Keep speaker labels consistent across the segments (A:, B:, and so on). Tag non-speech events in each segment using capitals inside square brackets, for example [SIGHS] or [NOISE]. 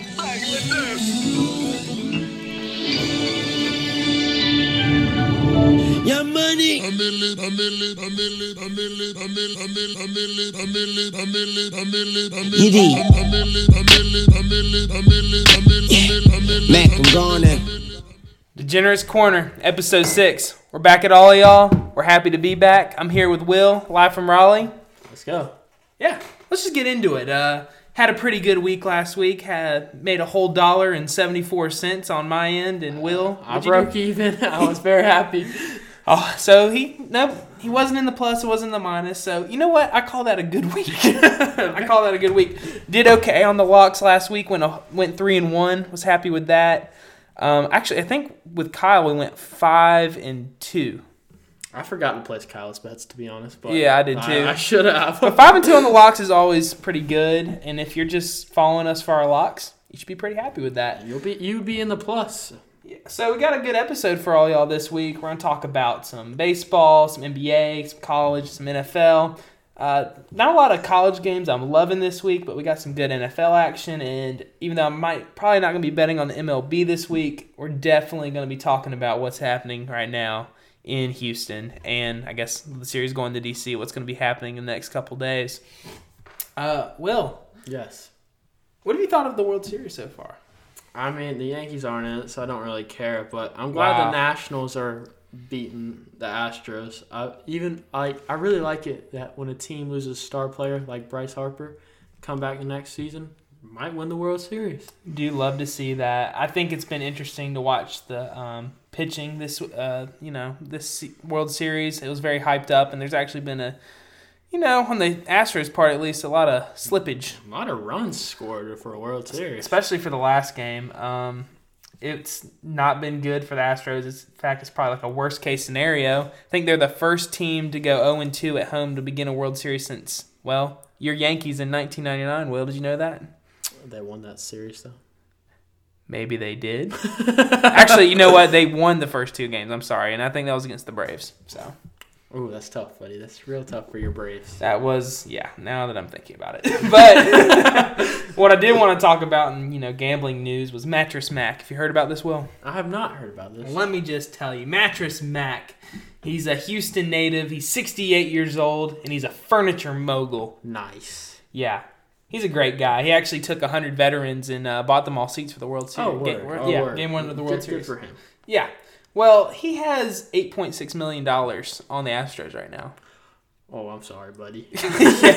A: is this?
B: Your money. Yidi. Mac, I'm gone now.
C: The Generous Corner, episode six. We're back at all y'all. We're happy to be back. I'm here with Will, live from Raleigh.
D: Let's go.
C: Yeah, let's just get into it. Uh, had a pretty good week last week. Had made a whole dollar and seventy four cents on my end, and Will,
D: I
C: what'd you
D: broke
C: do? [LAUGHS]
D: even. I was very happy.
C: Oh, so he nope, he wasn't in the plus, it wasn't in the minus. So you know what? I call that a good week. [LAUGHS] I call that a good week. Did okay on the locks last week. Went a, went three and one. Was happy with that. Um, actually, I think with Kyle we went five and two.
D: I forgot to place Kyle's bets to be honest. But
C: Yeah, I did too.
D: I, should
C: But
D: [LAUGHS] have.
C: five and two on the locks is always pretty good. And if you're just following us for our locks, you should be pretty happy with that.
D: You'll be you'd be in the plus.
C: Yeah, So we got a good episode for all y'all this week. We're gonna talk about some baseball, some NBA, some college, some NFL. Uh, not a lot of college games I'm loving this week, but we got some good NFL action. And even though I might probably not gonna be betting on the MLB this week, we're definitely gonna be talking about what's happening right now in Houston, and I guess the series going to DC. What's gonna be happening in the next couple days? Uh, Will,
D: Yes.
C: what have you thought of the World Series so far?
D: I mean the Yankees aren't in it, so I don't really care. But I'm glad
C: Wow.
D: the Nationals are beating the Astros. I even I I really like it that when a team loses a star player like Bryce Harper, come back the next season, might win the World Series.
C: do love to see that. I think it's been interesting to watch the um, pitching this, uh, you know, this se- World Series. It was very hyped up, and there's actually been a, you know, on the Astros part at least, a lot of slippage,
D: A lot of runs scored for a World Series.
C: especially for the last game. Um, it's not been good for the Astros. It's, in fact, it's probably like a worst case scenario. I think they're the first team to go 0 2 at home to begin a World Series since, well, your Yankees in 1999. Will, did you know that?
D: They won that series though.
C: Maybe they did. Actually, you know what? They won the first two games. I'm sorry, and I think that was against the Braves. So
D: Ooh, that's tough, buddy. That's real tough for your Braves.
C: that was yeah. Now that I'm thinking about [LAUGHS] it, but [LAUGHS] what I did want to talk about in you know gambling news was Mattress Mac. If you heard about this, Will,
D: I have not heard about this.
C: let me just tell you, Mattress Mac. He's a Houston native. He's 68 years old, and he's a furniture mogul.
D: Nice.
C: Yeah. He's a great guy. He actually took 100 veterans and uh, bought them all seats for the World
D: Oh,
C: Series. Game, yeah, game one of the World
D: good,
C: Series.
D: Good for him.
C: Yeah. Well, he has eight point six million dollars on the Astros right now.
D: Oh, I'm sorry, buddy.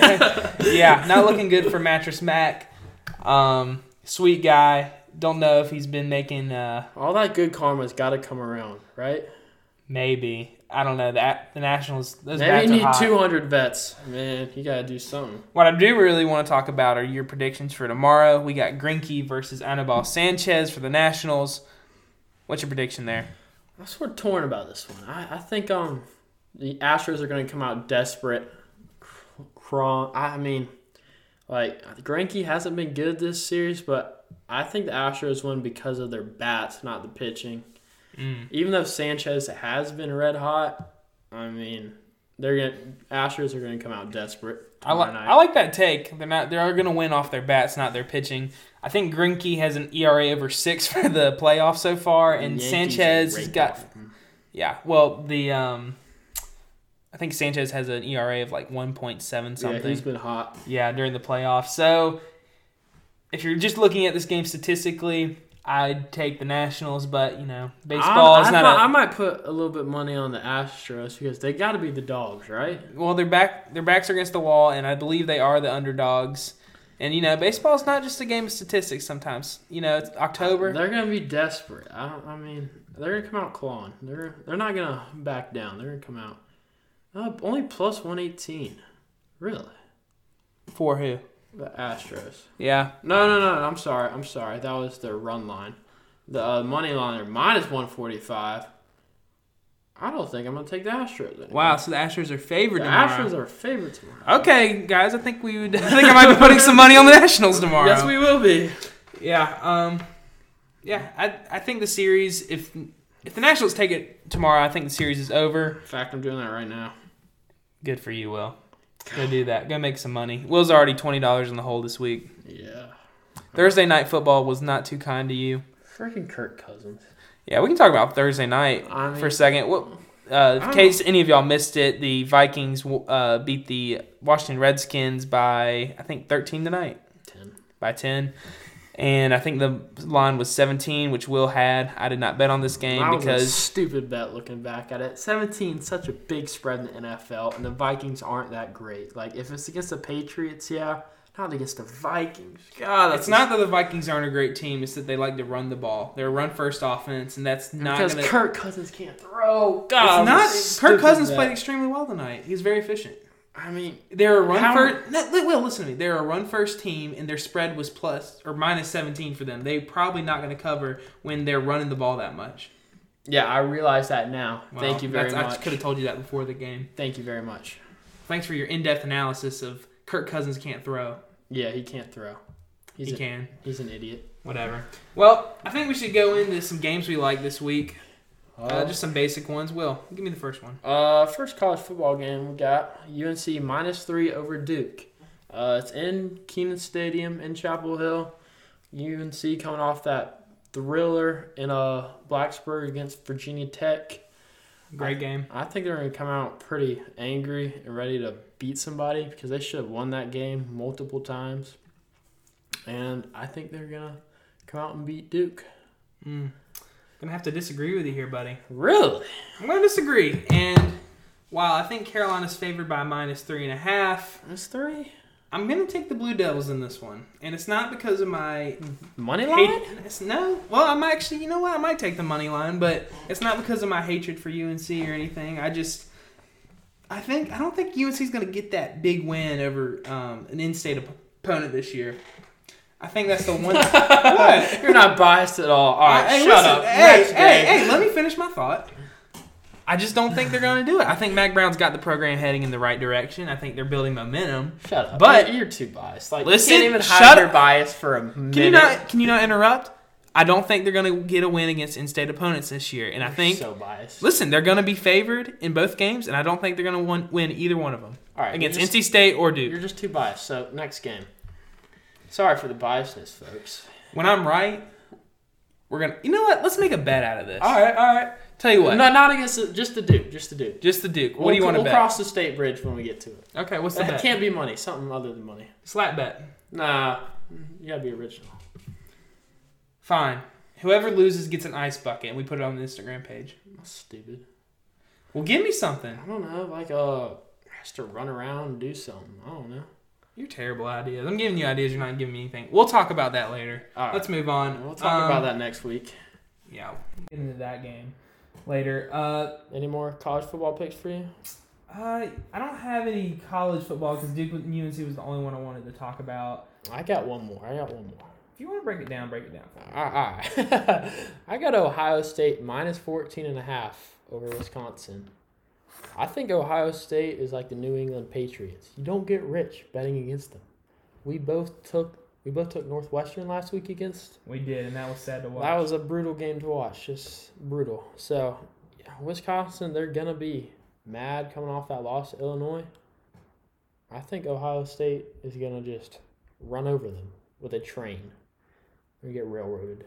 C: Yeah, not looking good for Mattress Mac. Um, sweet guy. Don't know if he's been making. Uh,
D: All that good karma's got to come around, right?
C: maybe I don't know that the Nationals. Those
D: Maybe
C: bats
D: you
C: are
D: need
C: hot.
D: 200 vets. Man, you got to do something.
C: What I do really want to talk about are your predictions for tomorrow. We got Grinky versus Anibal Sanchez for the Nationals. What's your prediction there?
D: I'm sort of torn about this one. I, I think um the Astros are going to come out desperate. Cr- Cron, I mean, like Granky hasn't been good this series, but I think the Astros win because of their bats, not the pitching.
C: Mm.
D: Even though Sanchez has been red hot, I mean, they're going to Astros are going to come out desperate.
C: I, li-
D: tomorrow night.
C: I like that take. They're not. They are going to win off their bats, not their pitching. I think Grinke has an ERA over six [LAUGHS] for the playoffs so far, and
D: Yankees
C: Sanchez has
D: raked
C: got.
D: off them.
C: Yeah. Well, the um, I think Sanchez has an ERA of like one point seven
D: yeah,
C: something.
D: he's been hot.
C: Yeah, during the playoffs. So if you're just looking at this game statistically, I'd take the Nationals, but you know, baseball
D: I,
C: is
D: I
C: not
D: might,
C: a
D: I might put a little bit money on the Astros because they got to be the dogs, right?
C: well their back their backs are against the wall and i believe they are the underdogs and you know baseball's not just a game of statistics sometimes you know it's october
D: They're gonna be desperate. I, don't- I mean, they're gonna come out clawing. They're they're not gonna back down. They're gonna come out. Uh, only plus one eighteen, really.
C: for who
D: The Astros.
C: yeah
D: No, no, no. I'm sorry. I'm sorry. That was their run line. The uh, money line. They're minus one forty five. I don't think I'm gonna take the Astros. Anymore.
C: wow so the astros are favored
D: The
C: tomorrow
D: Astros are favorite tomorrow.
C: okay guys i think we would [LAUGHS] i think i might be putting some money on the nationals tomorrow
D: Yes, we will be.
C: yeah um yeah i i think the series if if the nationals take it tomorrow i think the series is over
D: In fact, I'm doing that right now.
C: good for you will go do that go make some money will's already $20 in the hole this week
D: Yeah.
C: Thursday night football was not too kind to you.
D: Freaking Kirk Cousins.
C: Yeah, we can talk about Thursday night
D: I mean-
C: for a second. What, uh, in
D: don't-
C: case any of y'all missed it, the Vikings uh, beat the Washington Redskins by I think 13 tonight,
D: Ten.
C: by 10, and I think the line was 17, which Will had. I did not bet on this game
D: That was a
C: because
D: stupid bet looking back at it. 17, 's such a big spread in the NFL, and the Vikings aren't that great. Like if it's against the Patriots, yeah, not against the Vikings. God, that's
C: it's not that the Vikings aren't a great team; it's that they like to run the ball. They're a run-first offense, and that's not
D: because
C: gonna-
D: Kirk Cousins can't throw.
C: It's
D: God,
C: not. Kirk
D: stupid
C: Cousins
D: bet.
C: played extremely well tonight. He's very efficient.
D: I mean,
C: They're a run
D: How-
C: first. No, li- Will, listen to me. They're a run first team, and their spread was plus or minus seventeen for them. They probably not going to cover when they're running the ball that much.
D: yeah, I realize that now.
C: Wow,
D: Thank you very
C: that's- I
D: much.
C: could have told you that before the game.
D: Thank you very much.
C: Thanks for your in depth analysis of Kirk Cousins can't throw.
D: Yeah, he can't throw. He's
C: he
D: a-
C: can.
D: He's an idiot.
C: Whatever. Well, I think we should go into some games we like this week. Uh,
D: Uh,
C: just some basic ones. Will, give me the first one.
D: Uh, first college football game we got UNC minus three over Duke. Uh, it's in Keenan Stadium in Chapel Hill. UNC coming off that thriller in uh, Blacksburg against Virginia Tech.
C: Great game.
D: I think they're gonna come out pretty angry and ready to beat somebody because they should have won that game multiple times. And I think they're gonna come out and beat Duke.
C: Mm. Gonna have to disagree with you here, buddy.
D: Really?
C: I'm gonna disagree. And while I think Carolina's favored by minus three and a half,
D: Minus three?
C: I'm gonna take the Blue Devils in this one. And it's not because of my
D: Money line?
C: hate. It's, no, well, I'm actually, you know what? I might take the money line, but it's not because of my hatred for UNC or anything. I just, I think I don't think UNC's gonna get that big win over um, an in-state op- opponent this year. I think that's the
D: [LAUGHS]
C: one. what?
D: You're not biased at all. All right,
C: Hey,
D: shut
C: listen,
D: up.
C: Hey,
D: Next
C: hey,
D: game.
C: hey, let me finish my thought. I just don't think they're going to do it. I think Mac Brown's got the program heading in the right direction. I think they're building momentum.
D: Shut
C: But-
D: up. But you're, you're too biased. Like
C: Listen,
D: you can't even hide
C: shut
D: your
C: up.
D: bias for a minute.
C: Can you not? Can you not interrupt? I don't think they're going to get a win against in-state opponents this year, and I think.
D: so biased.
C: Listen, they're going to be favored in both games, and I don't think they're going to win either one of them
D: All right,
C: against
D: you're just,
C: NC State or
D: You're
C: Duke.
D: just too biased. So next game. Sorry for the biasness, folks.
C: When I'm right, we're gonna. You know what? Let's make a bet out of this.
D: right, all right.
C: Tell you what,
D: No, not against the, just the Duke. Just the Duke.
C: just the Duke. What
D: We'll-
C: do you want to
D: We'll
C: bet?
D: cross the state bridge when we get to it.
C: okay, what's the
D: It
C: bet?
D: can't be money. Something other than money.
C: Slap bet.
D: Nah, you gotta be original.
C: Fine. Whoever loses gets an ice bucket, and we put it on the Instagram page.
D: That's stupid.
C: Well, give me something.
D: I don't know. Like uh, has to run around and do something. I don't know.
C: You're terrible ideas. I'm giving you ideas. You're not giving me anything. We'll talk about that later.
D: All right.
C: Let's move on.
D: We'll talk
C: um,
D: about that next week.
C: Yeah, we'll get into that game later. Uh,
D: Any more college football picks for you?
C: I I don't have any college football because Duke and UNC was the only one I wanted to talk about.
D: I got one more. I got one more.
C: If you want to break it down, break it down.
D: All right. I [LAUGHS] got Ohio State minus 14 and a half over Wisconsin. I think Ohio State is like the New England Patriots. You don't get rich betting against them. We both took we both took Northwestern last week against.
C: We did, and that was sad to watch.
D: That was a brutal game to watch. Just brutal. So, yeah, Wisconsin, they're going to be mad coming off that loss to Illinois. I think Ohio State is going to just run over them with a train. They're going to get railroaded.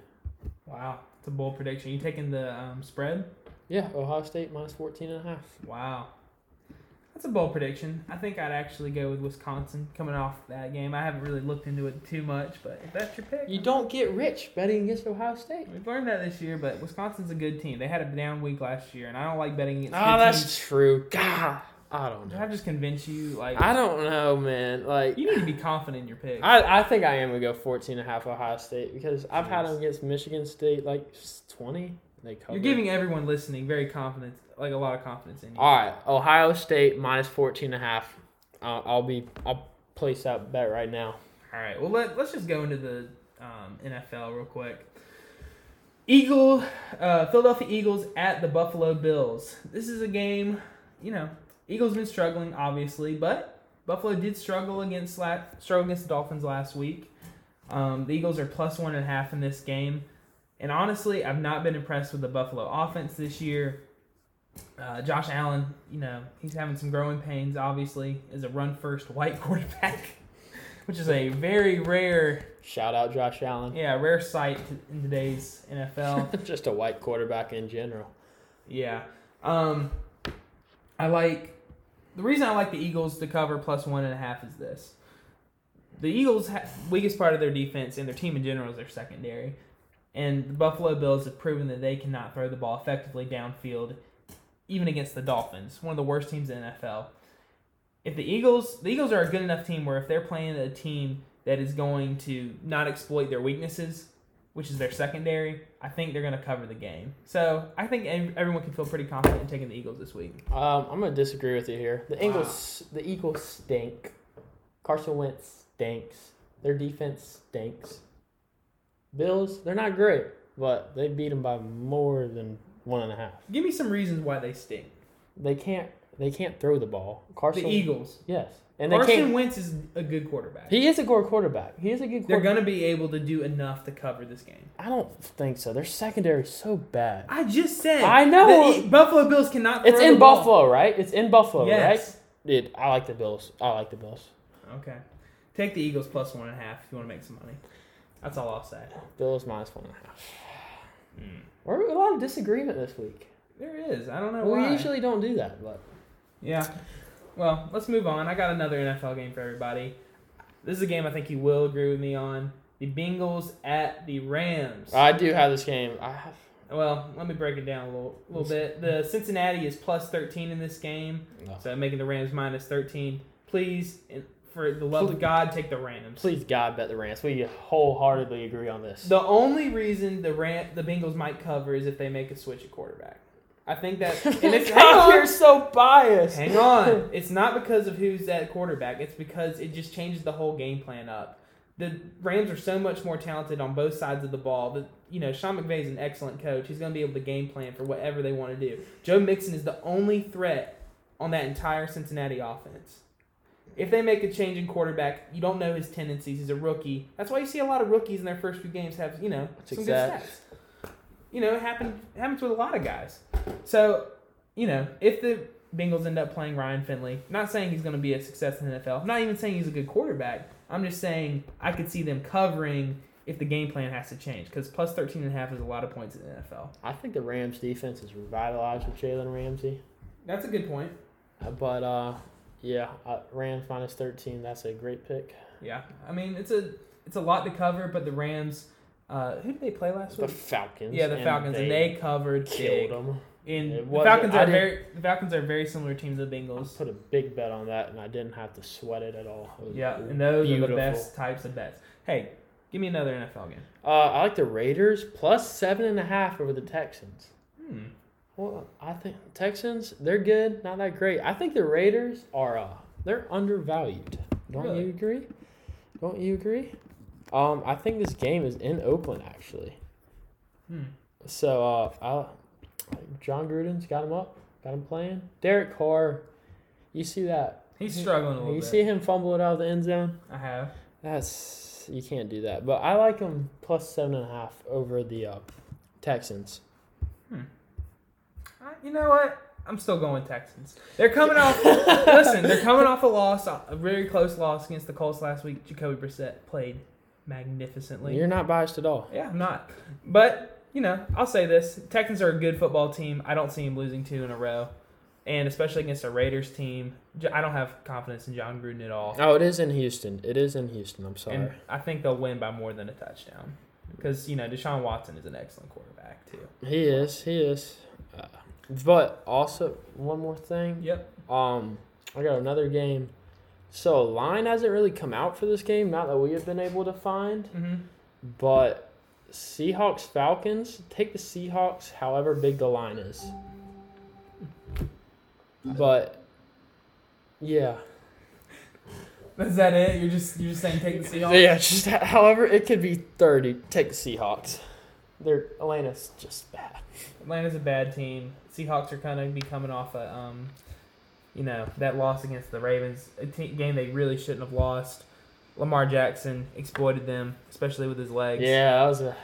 C: wow, it's a bold prediction. You taking the um, spread?
D: Yeah, Ohio State minus 14 and a half.
C: Wow. That's a bold prediction. I think I'd actually go with Wisconsin coming off that game. I haven't really looked into it too much, but if that's your pick,
D: You don't get rich betting against Ohio State.
C: we've learned that this year. But Wisconsin's a good team. They had a down week last year, and I don't like betting against.
D: Ah,
C: good
D: that's
C: teams.
D: true. God, I don't
C: Did
D: know.
C: I just convince you? Like,
D: I don't know, man. Like,
C: you need to be confident in your pick.
D: I, I think I am going to go 14 and a half Ohio State because I've had
C: Jeez.
D: them against Michigan State like 20. They covered.
C: You're giving everyone listening very confidence, like a lot of confidence in you.
D: All right, Ohio State minus 14 and a half. Uh, I'll be I'll place that bet right now.
C: All right. Well, let, let's just go into the um, NFL real quick. Eagle, uh, Philadelphia Eagles at the Buffalo Bills. This is a game, you know, Eagles been struggling obviously, but Buffalo did struggle against la- struggle against the Dolphins last week. Um, the Eagles are plus one and a half in this game, and honestly, I've not been impressed with the Buffalo offense this year. Uh, Josh Allen, you know, he's having some growing pains. Obviously, as a run first white [LAUGHS] quarterback. which is a very rare,
D: Shout out Josh Allen. [LAUGHS]
C: yeah, rare sight in today's NFL.
D: Just a white quarterback in general.
C: yeah. Um, I like the reason I like the Eagles to cover plus one and a half is this: the Eagles' ha- weakest part of their defense and their team in general is their secondary, and the Buffalo Bills have proven that they cannot throw the ball effectively downfield, even against the Dolphins, one of the worst teams in the NFL. If the Eagles, the Eagles are a good enough team where if they're playing a team that is going to not exploit their weaknesses, which is their secondary, I think they're going to cover the game. So I think ev- everyone can feel pretty confident in taking the Eagles this week.
D: Um, I'm gonna disagree with you here. The Eagles, the Eagles stink. Carson Wentz stinks. Their defense stinks. Bills, they're not great, but they beat them by more than one and a half.
C: Give me some reasons why they stink.
D: They can't. They can't throw the ball. Carson.
C: The Eagles.
D: Yes, and they
C: Carson
D: can't.
C: Wentz is a good quarterback.
D: He is a good quarterback. He is a good
C: They're
D: quarterback.
C: going to be able to do enough to cover this game.
D: I don't think so. Their secondary is so bad.
C: I just said.
D: I know.
C: the E- Buffalo Bills cannot.
D: It's
C: throw
D: in
C: the ball.
D: Buffalo, right? It's in Buffalo,
C: Yes.
D: right? Dude, I like the Bills. I like the Bills.
C: Okay. Take the Eagles plus one and a half if you want to make some money. That's all I'll say.
D: Bills minus one and a half.
C: Hmm.
D: We're a lot of disagreement this week.
C: There is. I don't know
D: We
C: why.
D: usually don't do that, but
C: Yeah. Well, let's move on. I got another NFL game for everybody. This is a game I think you will agree with me on. The Bengals at the Rams.
D: I do have this game. I have
C: Well, let me break it down a little, little bit. The Cincinnati is plus 13 in this game, so making the Rams minus 13. Please, and for the love of God, take the Rams.
D: please God bet the Rams. We wholeheartedly agree on this.
C: The only reason the Ram, the Bengals might cover is if they make a switch at quarterback. I think [LAUGHS] that. And if, hang
D: God,
C: on,
D: you're so biased.
C: Hang on. It's not because of who's at quarterback. It's because it just changes the whole game plan up. The Rams are so much more talented on both sides of the ball. That you know, Sean McVay is an excellent coach. He's going to be able to game plan for whatever they want to do. Joe Mixon is the only threat on that entire Cincinnati offense. If they make a change in quarterback, you don't know his tendencies. He's a rookie. That's why you see a lot of rookies in their first few games have you know
D: That's
C: some
D: exact.
C: good stats. You know, it happened it happens with a lot of guys. So you know, if the Bengals end up playing Ryan Finley, not saying he's going to be a success in the NFL, not even saying he's a good quarterback. I'm just saying I could see them covering if the game plan has to change because plus 13 and a half is a lot of points in the NFL.
D: I think the Rams defense is revitalized with Jalen Ramsey.
C: That's a good point.
D: Uh, But uh, yeah, uh, Rams minus thirteen. That's a great pick.
C: Yeah, I mean it's a it's a lot to cover, but the Rams, uh, who did they play last
D: The
C: week?
D: Falcons.
C: yeah, the Falcons, and they covered
D: killed
C: killed
D: them.
C: And
D: It
C: the
D: wasn't-
C: Falcons
D: I
C: are
D: didn't-
C: very the Falcons are a very similar team to the Bengals.
D: Put a big bet on that, and I didn't have to sweat it at all. It was
C: Yeah, and those are the
D: beautiful.
C: best types of bets. Hey, give me another NFL game.
D: Uh, I like the Raiders plus seven and a half over the Texans.
C: Hmm.
D: Well, I think Texans they're good, not that great. I think the Raiders are uh, they're undervalued. Don't
C: Really?
D: you agree? Don't you agree? Um, I think this game is in Oakland actually.
C: Hmm.
D: So uh, I, John Gruden's got him up, got him playing. Derek Carr, you see that?
C: He's struggling a little
D: You
C: bit.
D: see him fumble it out of the end zone.
C: I have.
D: That's you can't do that. But I like them plus seven and a half over the uh, Texans.
C: I- You know what? I'm still going Texans. They're coming
D: [LAUGHS]
C: off. listen, they're coming off a loss, a very close loss against the Colts last week. Jacoby Brissett played magnificently.
D: You're not biased at all.
C: yeah, I'm not. But you know, I'll say this: Texans are a good football team. I don't see them losing two in a row, and especially against a Raiders team. J- I don't have confidence in John Gruden at all.
D: Oh, it is in Houston. It is in Houston. I'm sorry.
C: And I think they'll win by more than a touchdown because you know Deshaun Watson is an excellent quarterback too.
D: he is. He is. Uh, but also one more thing.
C: Yep.
D: Um, I got another game. So line hasn't really come out for this game. Not that we have been able to find.
C: hmm
D: But Seahawks Falcons take the Seahawks, however big the line is. But yeah,
C: Is that it? You're just you're just saying take the Seahawks.
D: yeah. Just [LAUGHS] however it could be thirty. Take the Seahawks. They're Atlanta's just bad.
C: Atlanta's a bad team. Seahawks are kind of be coming off a, um, you know, that loss against the Ravens, a te- game they really shouldn't have lost. Lamar Jackson exploited them, especially with his legs.
D: Yeah, that was a.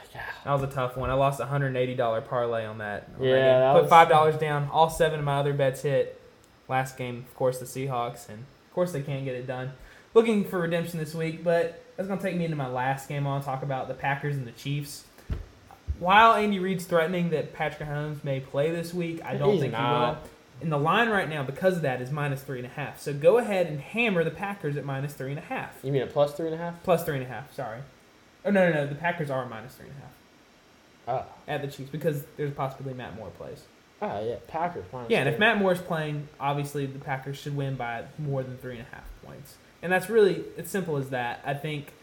C: That was a tough one. I lost a hundred and eighty dollar parlay on that.
D: Yeah,
C: already.
D: that
C: put
D: was-
C: five dollars down. All seven of my other bets hit. Last game, of course, the Seahawks, and of course they can't get it done. looking for redemption this week, but that's going to take me into my last game. I want to talk about the Packers and the Chiefs. While Andy Reid's threatening that Patrick Mahomes may play this week, I don't
D: He's
C: think
D: not.
C: he will. And the line right now, because of that, is minus three and a half. So go ahead and hammer the Packers at minus three and a half.
D: You mean a plus three and a half?
C: Plus three and a half, sorry. Oh, no, no, no. The Packers are minus three and a half
D: Oh,
C: at the Chiefs because there's a possibility Matt Moore plays.
D: oh yeah, Packers. minus
C: Yeah, and if
D: three.
C: Matt Moore's playing, obviously the Packers should win by more than three and a half points. And that's really as simple as that. I think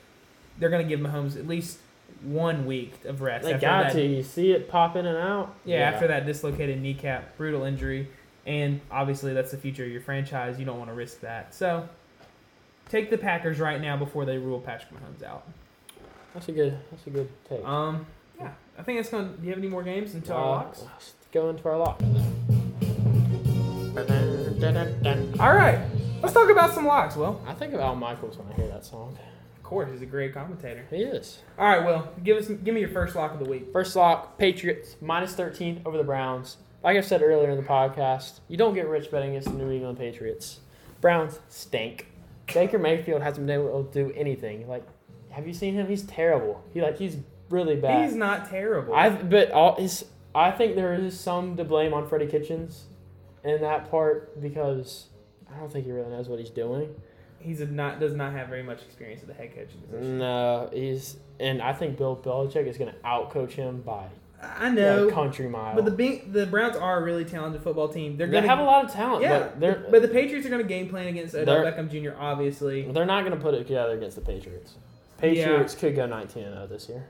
C: they're going to give Mahomes at least one week of rest.
D: they
C: after
D: got
C: that,
D: to. You see it pop in and out.
C: Yeah, after that dislocated kneecap, brutal injury. And obviously that's the future of your franchise. You don't want to risk that. So take the Packers right now before they rule Patrick Mahomes out.
D: That's a good. That's a good take.
C: Um, yeah, I think that's going to. Do you have any more games until
D: Uh,
C: our locks?
D: let's go into our locks.
C: All right, let's talk about some locks. Well,
D: I think of Al Michaels when I hear that song.
C: of course, he's a great commentator.
D: He is.
C: All right, Will, give us give me your first lock of the week.
D: First lock, Patriots minus 13 over the Browns. Like I said earlier in the podcast, you don't get rich betting against the New England Patriots. Browns stink. Baker Mayfield hasn't been able to do anything. Like, have you seen him? He's terrible. He like he's really bad.
C: He's not terrible.
D: I but all his I think there is some to blame on Freddie Kitchens in that part because I don't think he really knows what he's doing.
C: he's a not does not have very much experience at the head coaching
D: Mm.
C: position.
D: No, he's and I think Bill Belichick is gonna outcoach him by
C: I
D: a
C: know,
D: country mile.
C: but the big, the Browns are a really talented football team. They're
D: they
C: gonna
D: have a lot of talent,
C: yeah,
D: but they're
C: but the Patriots are gonna game plan against Odell
D: They're-
C: Beckham Jr. Obviously,
D: they're not gonna put it together against the Patriots. Patriots could go 19 0 this year.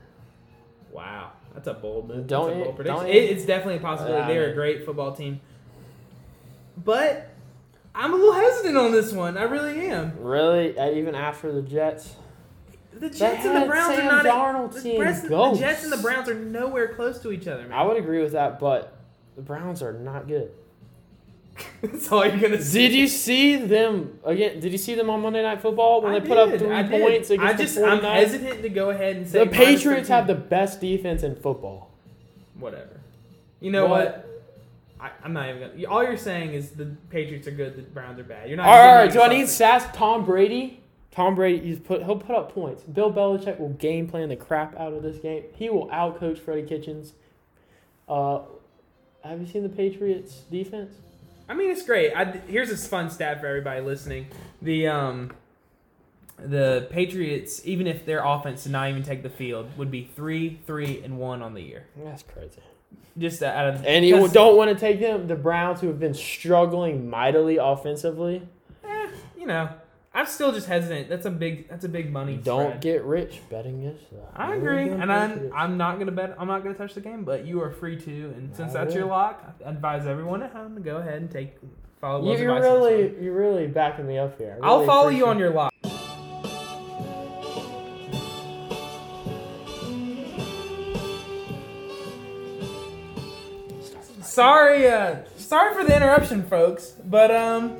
C: wow, that's a bold that's
D: Don't
C: a
D: it-
C: bold prediction.
D: don't
C: It-
D: it- Uh,
C: it's definitely a possibility.
D: Yeah, I
C: They're a
D: mean-
C: great football team, but I'm a little hesitant on this one. I really am.
D: Really, Uh, even after the Jets,
C: The Jets and the
D: had
C: Browns
D: Sam
C: are not.
D: Darnold
C: the,
D: team
C: Browns- the
D: ghosts.
C: Jets and the Browns are nowhere close to each other, man.
D: I would agree with that, but the Browns are not good.
C: [LAUGHS] That's all you're gonna see.
D: Did you see them again? Did you see them on Monday Night Football when
C: [LAUGHS] I
D: they put up
C: did,
D: three
C: I did.
D: points
C: I
D: against
C: just
D: the
C: I'm
D: 49ers?
C: hesitant to go ahead and say
D: the
C: minus 13.
D: Patriots have the best defense in football.
C: whatever. You know
D: What?
C: what? I, I'm not even gonna. All you're saying is the Patriots are good, the Browns are bad. You're not.
D: All right,
C: giving
D: all right,
C: me
D: do I need
C: something.
D: sass Tom Brady? Tom Brady, he's put he'll put up points. Bill Belichick will game plan the crap out of this game. He will outcoach Freddie Kitchens. Uh, have you seen the Patriots defense?
C: I mean, it's great. I, here's a fun stat for everybody listening: the um, the Patriots, even if their offense did not even take the field, would be three, three, and one on the year.
D: That's crazy.
C: Just out of
D: And you
C: because-
D: don't want to take them. The Browns, who have been struggling mightily offensively,
C: eh, you know, I'm still just hesitant. That's a big. That's a big money.
D: don't
C: spread.
D: get rich betting uh, this.
C: I agree, and I'm, I'm not gonna bet. I'm not gonna touch the game, but you are free to. And since
D: I
C: that's your
D: will.
C: lock, I advise everyone at home to go ahead and take follow.
D: You,
C: Will's
D: you're
C: advice on this one.
D: really, you're really backing me up here. I
C: I'll
D: really
C: follow you
D: appreciate
C: on your lock. Sorry, uh, sorry for the interruption, folks. But um,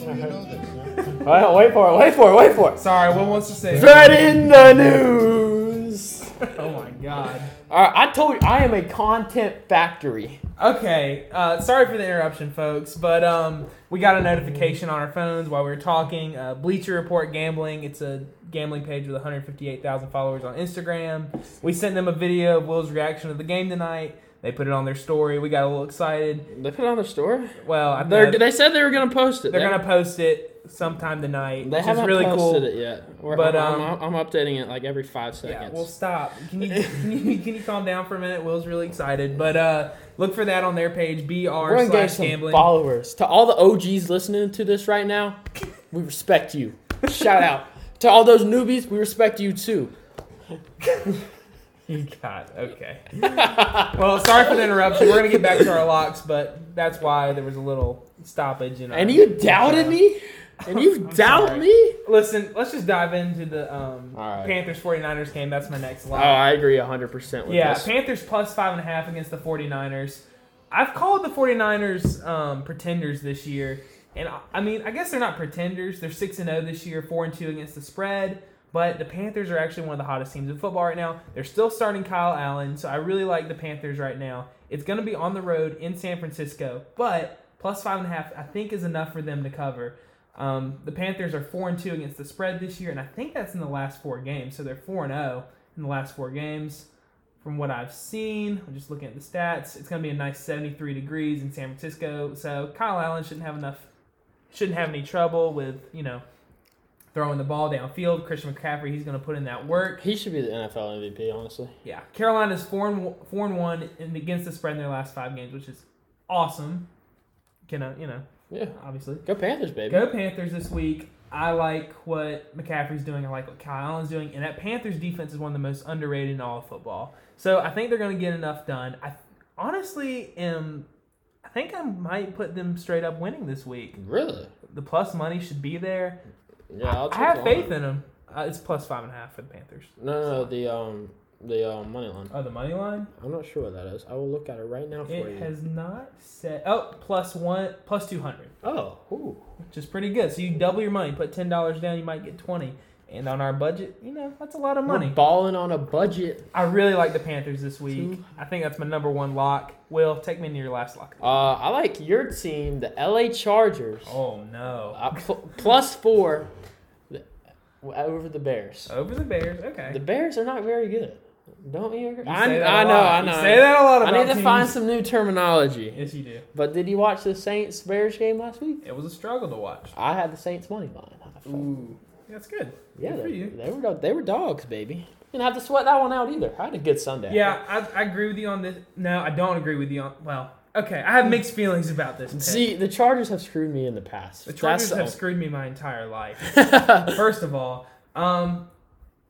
D: All right, wait for it. Wait for it. Wait for it.
C: sorry. Will wants to say?
D: Fred in
C: [LAUGHS]
D: the news.
C: Oh my God.
D: All right, I told you I am a content factory.
C: Okay, uh, sorry for the interruption, folks, but um, we got a notification on our phones while we were talking. Uh, Bleacher Report Gambling, it's a gambling page with 158,000 followers on Instagram. We sent them a video of Will's reaction to the game tonight. They put it on their story. We got a little excited.
D: They put it on their store.
C: Well, I
D: They're,
C: know
D: they said they were gonna post it.
C: they're going to post it sometime tonight.
D: They
C: which
D: haven't
C: is really
D: posted
C: cool.
D: it yet. We're-
C: But,
D: I'm-
C: um,
D: I'm, I'm updating it like every five seconds.
C: Yeah, well, stop. Can you, can you can you calm down for a minute? Will's really excited, but uh, look for that on their page.
D: We're
C: Br
D: gonna get
C: slash
D: some
C: gambling.
D: followers. To all the OGs listening to this right now, we respect you. Shout out to all those newbies. We respect you too.
C: [LAUGHS] God, okay. well, sorry for the interruption. We're gonna get back to our locks, but that's why there was a little stoppage. In our-
D: And you doubted me. And you doubt
C: sorry.
D: me.
C: Listen, let's just dive into the um,
D: All right.
C: Panthers 49ers game. That's my next
D: Oh,
C: lock.
D: I agree 100% with
C: yeah,
D: this.
C: Panthers plus five and a half against the 49ers. I've called the 49ers um, pretenders this year, and I- I mean, I guess they're not pretenders. They're six and zero this year, four and two against the spread. But the Panthers are actually one of the hottest teams in football right now. They're still starting Kyle Allen, so I really like the Panthers right now. It's going to be on the road in San Francisco, but plus five and a half, I think, is enough for them to cover. Um, the Panthers are four and two against the spread this year, and I think that's in the last four games. So they're four and zero in the last four games. From what I've seen, I'm just looking at the stats. It's going to be a nice 73 degrees in San Francisco. So Kyle Allen shouldn't have enough, shouldn't have any trouble with you know throwing the ball downfield. Christian McCaffrey, he's going to put in that work.
D: He should be the NFL MVP, honestly.
C: Yeah, Carolina's four and four and one and against the spread in their last five games, which is awesome. Can I, you know,
D: Yeah.
C: obviously
D: Go Panthers, baby.
C: go Panthers this week. I like what McCaffrey's doing. I like what Kyle Allen's doing, and that Panthers defense is one of the most underrated in all of football. So I think they're going to get enough done. I honestly am. I think I might put them straight up winning this week.
D: Really?
C: The plus money should be there.
D: Yeah, I'll
C: I
D: take
C: have
D: the
C: faith
D: line.
C: in them. Uh, it's plus five and a half for the Panthers.
D: No, no, no, the um, the um, money line.
C: Oh, the money line.
D: I'm not sure what that is. I will look at it right now for
C: It
D: you.
C: has not said. Oh, plus one, plus two hundred,
D: Oh, ooh.
C: which is pretty good. So you double your money. Put ten dollars down, you might get twenty. And on our budget, you know that's a lot of money.
D: We're balling on a budget.
C: I really like the Panthers this week.
D: Two.
C: I think that's my number one lock. Will take me into your last lock.
D: Uh, I like your team, the LA Chargers.
C: Oh no,
D: Uh, pl- plus four the- over the Bears.
C: over the Bears. Okay,
D: The Bears are not very good. Don't you agree?
C: You
D: I,
C: say that a
D: I know,
C: lot.
D: I
C: You
D: know.
C: say that a lot.
D: I
C: About
D: need to
C: teams.
D: find some new terminology.
C: Yes, you do.
D: But did you watch the Saints Bears game last week?
C: It was a struggle to watch.
D: I had the Saints money line. I felt-
C: Ooh, that's good.
D: yeah,
C: good for
D: they,
C: you.
D: they were dog- they were dogs, baby. Didn't have to sweat that one out either. I had a good Sunday.
C: Yeah, I, I agree with you on this. No, I don't agree with you on. Well, okay, I have mixed feelings about this. pick.
D: See, the Chargers have screwed me in the past.
C: The Chargers
D: That's
C: have screwed me my entire life.
D: have.
C: First of all, um,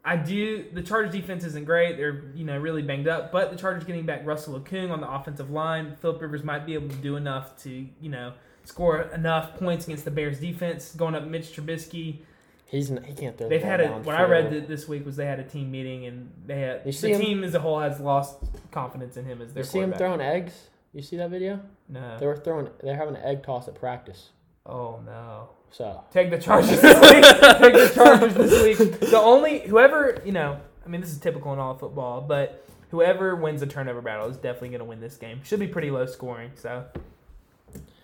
C: I do. The Chargers defense isn't great. They're you know really banged up, but the Chargers getting back Russell Okung on the offensive line, Philip Rivers might be able to do enough to you know score enough points against the Bears defense. Going up Mitch Trubisky,
D: [LAUGHS] He's n- he can't throw.
C: they've
D: the
C: had
D: ball
C: a
D: downfield.
C: what I read th- this week was they had a team meeting and they had
D: You
C: the
D: see him-
C: team as a whole has lost confidence in him as their
D: You see him
C: quarterback.
D: throwing eggs. You see that video? They
C: No,
D: were throwing. They're having an egg toss at practice.
C: oh no.
D: So
C: Take the Chargers this week. Take the Chargers this week. The only whoever you know, I mean, this is typical in all of football, but whoever wins the turnover battle is definitely going to win this game. Should be pretty low scoring, so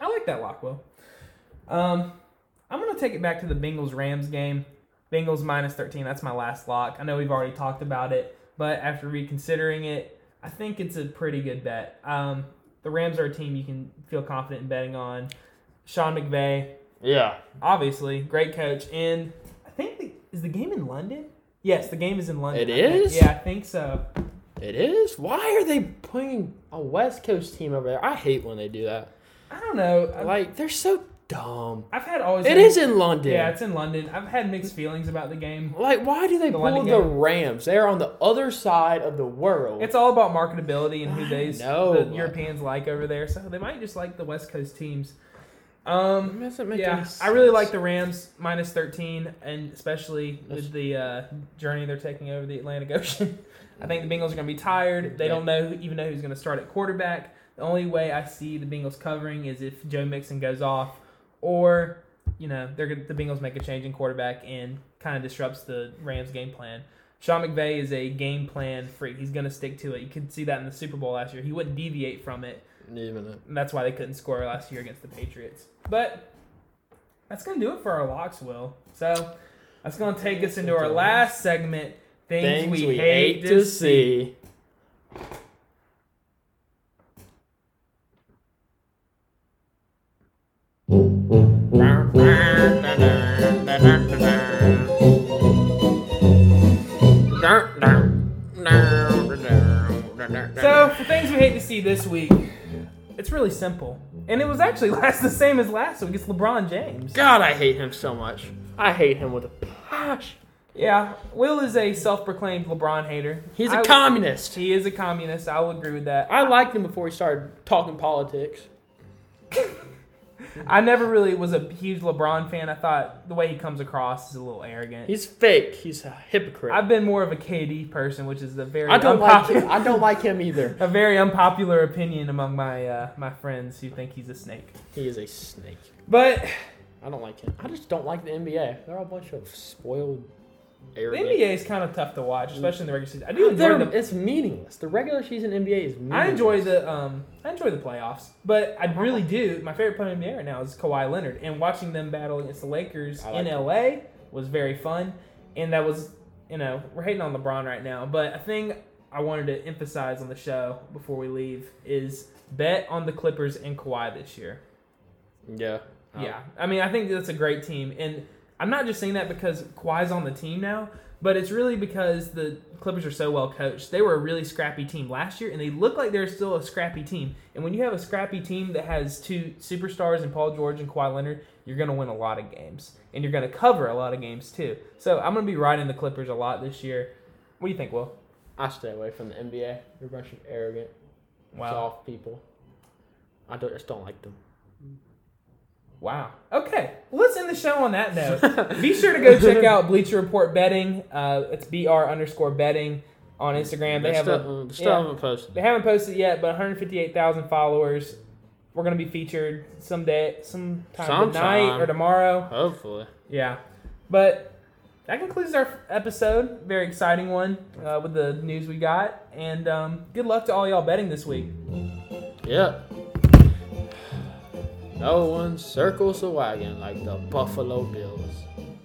C: I like that lock. Will. Um, I'm going to take it back to the Bengals Rams game. Bengals minus 13. That's my last lock. I know we've already talked about it, but after reconsidering it, I think it's a pretty good bet. Um, the Rams are a team you can feel confident in betting on. Sean McVay,
D: yeah,
C: obviously great coach and i think the, is the game in london yes the game is in london
D: It
C: I think.
D: is?
C: yeah i think so
D: it is. Why are they putting a West Coast team over there? I hate when they do that.
C: i don't know I've,
D: Like they're so dumb.
C: I've had always
D: It is in London.
C: yeah it's in london i've had mixed feelings about the game
D: like why do they
C: The
D: pull
C: London
D: the
C: game.
D: Rams? They are on the other side of the world.
C: it's all about marketability and who they
D: know.
C: the europeans like over there so they might just like the west coast teams um
D: It doesn't make
C: yeah,
D: any
C: I really
D: sense.
C: like the Rams minus thirteen, and especially with the uh, journey they're taking over the Atlantic Ocean. [LAUGHS] I think the Bengals are going to be tired. They don't know even know who's going to start at quarterback. The only way I see the Bengals covering is if Joe Mixon goes off, or you know they're gonna- the Bengals make a change in quarterback and kind of disrupts the Rams game plan. Sean McVay is a game plan freak. He's going to stick to it. You could see that in the Super Bowl last year. He wouldn't deviate from it.
D: Even it.
C: And that's why they couldn't score last year against the Patriots. But that's going to do it for our locks, Will. So that's going to take us into our last segment things,
D: Things
C: we, hate to see. So, for things we hate to see this week, it's really simple. And it was actually [LAUGHS] last the same as last week. It's LeBron James.
D: God, I hate him so much. I hate him with a passion.
C: Yeah, Will is a self-proclaimed LeBron hater.
D: He's
C: a
D: a communist.
C: He is a communist. I will agree with that.
D: I liked him before he started talking politics.
C: I never really was a huge LeBron fan. I thought the way he comes across is a little arrogant.
D: He's fake. He's a hypocrite. I,
C: I've been more of a KD person, which is the very
D: don't like
C: unpopular,
D: him. I don't like him either.
C: [LAUGHS] a very unpopular opinion among my uh, my friends who think he's a snake.
D: [LAUGHS] He is a snake.
C: But
D: I don't like him. I just don't like the NBA. They're all a bunch of spoiled
C: The
D: arrogant.
C: NBA is kind of tough to watch, especially in the regular season. I do enjoy
D: Mm. They're-
C: the.
D: it's meaningless. The regular season NBA is meaningless.
C: I enjoy the um I enjoy the playoffs, but I really do. My favorite player in the NBA right now is Kawhi Leonard, and watching them battle against the Lakers
D: I like
C: in LA was very fun, and that was you know we're hating on LeBron right now, but a thing I wanted to emphasize on the show before we leave is bet on the Clippers and Kawhi this year.
D: Yeah. Um,
C: Yeah, I mean, I think that's a great team, and I'm not just saying that because Kawhi's on the team now, but it's really because the Clippers are so well coached. They were a really scrappy team last year, and they look like they're still a scrappy team. And when you have a scrappy team that has two superstars and Paul George and Kawhi Leonard, you're going to win a lot of games, and you're going to cover a lot of games too. So I'm going to be riding the Clippers a lot this year. What do you think, Will?
D: I stay away from the NBA. They're a bunch of arrogant,
C: Wow.
D: soft people. I don't, just don't like them.
C: Wow. Okay. Well, let's end the show on that note. Be sure to go check out Bleacher Report Betting. Uh, it's BR underscore betting on Instagram. They
D: They
C: have
D: still,
C: a,
D: mm, still
C: yeah.
D: haven't posted.
C: they haven't posted it yet, but 158,000 followers. We're gonna be featured someday, sometime tonight
D: Sometime.
C: or tomorrow.
D: Hopefully.
C: Yeah. But that concludes our episode. Very exciting one uh, with the news we got, and um, good luck to all y'all betting this week.
D: Yeah. [SIGHS] No one circles the wagon like the Buffalo Bills.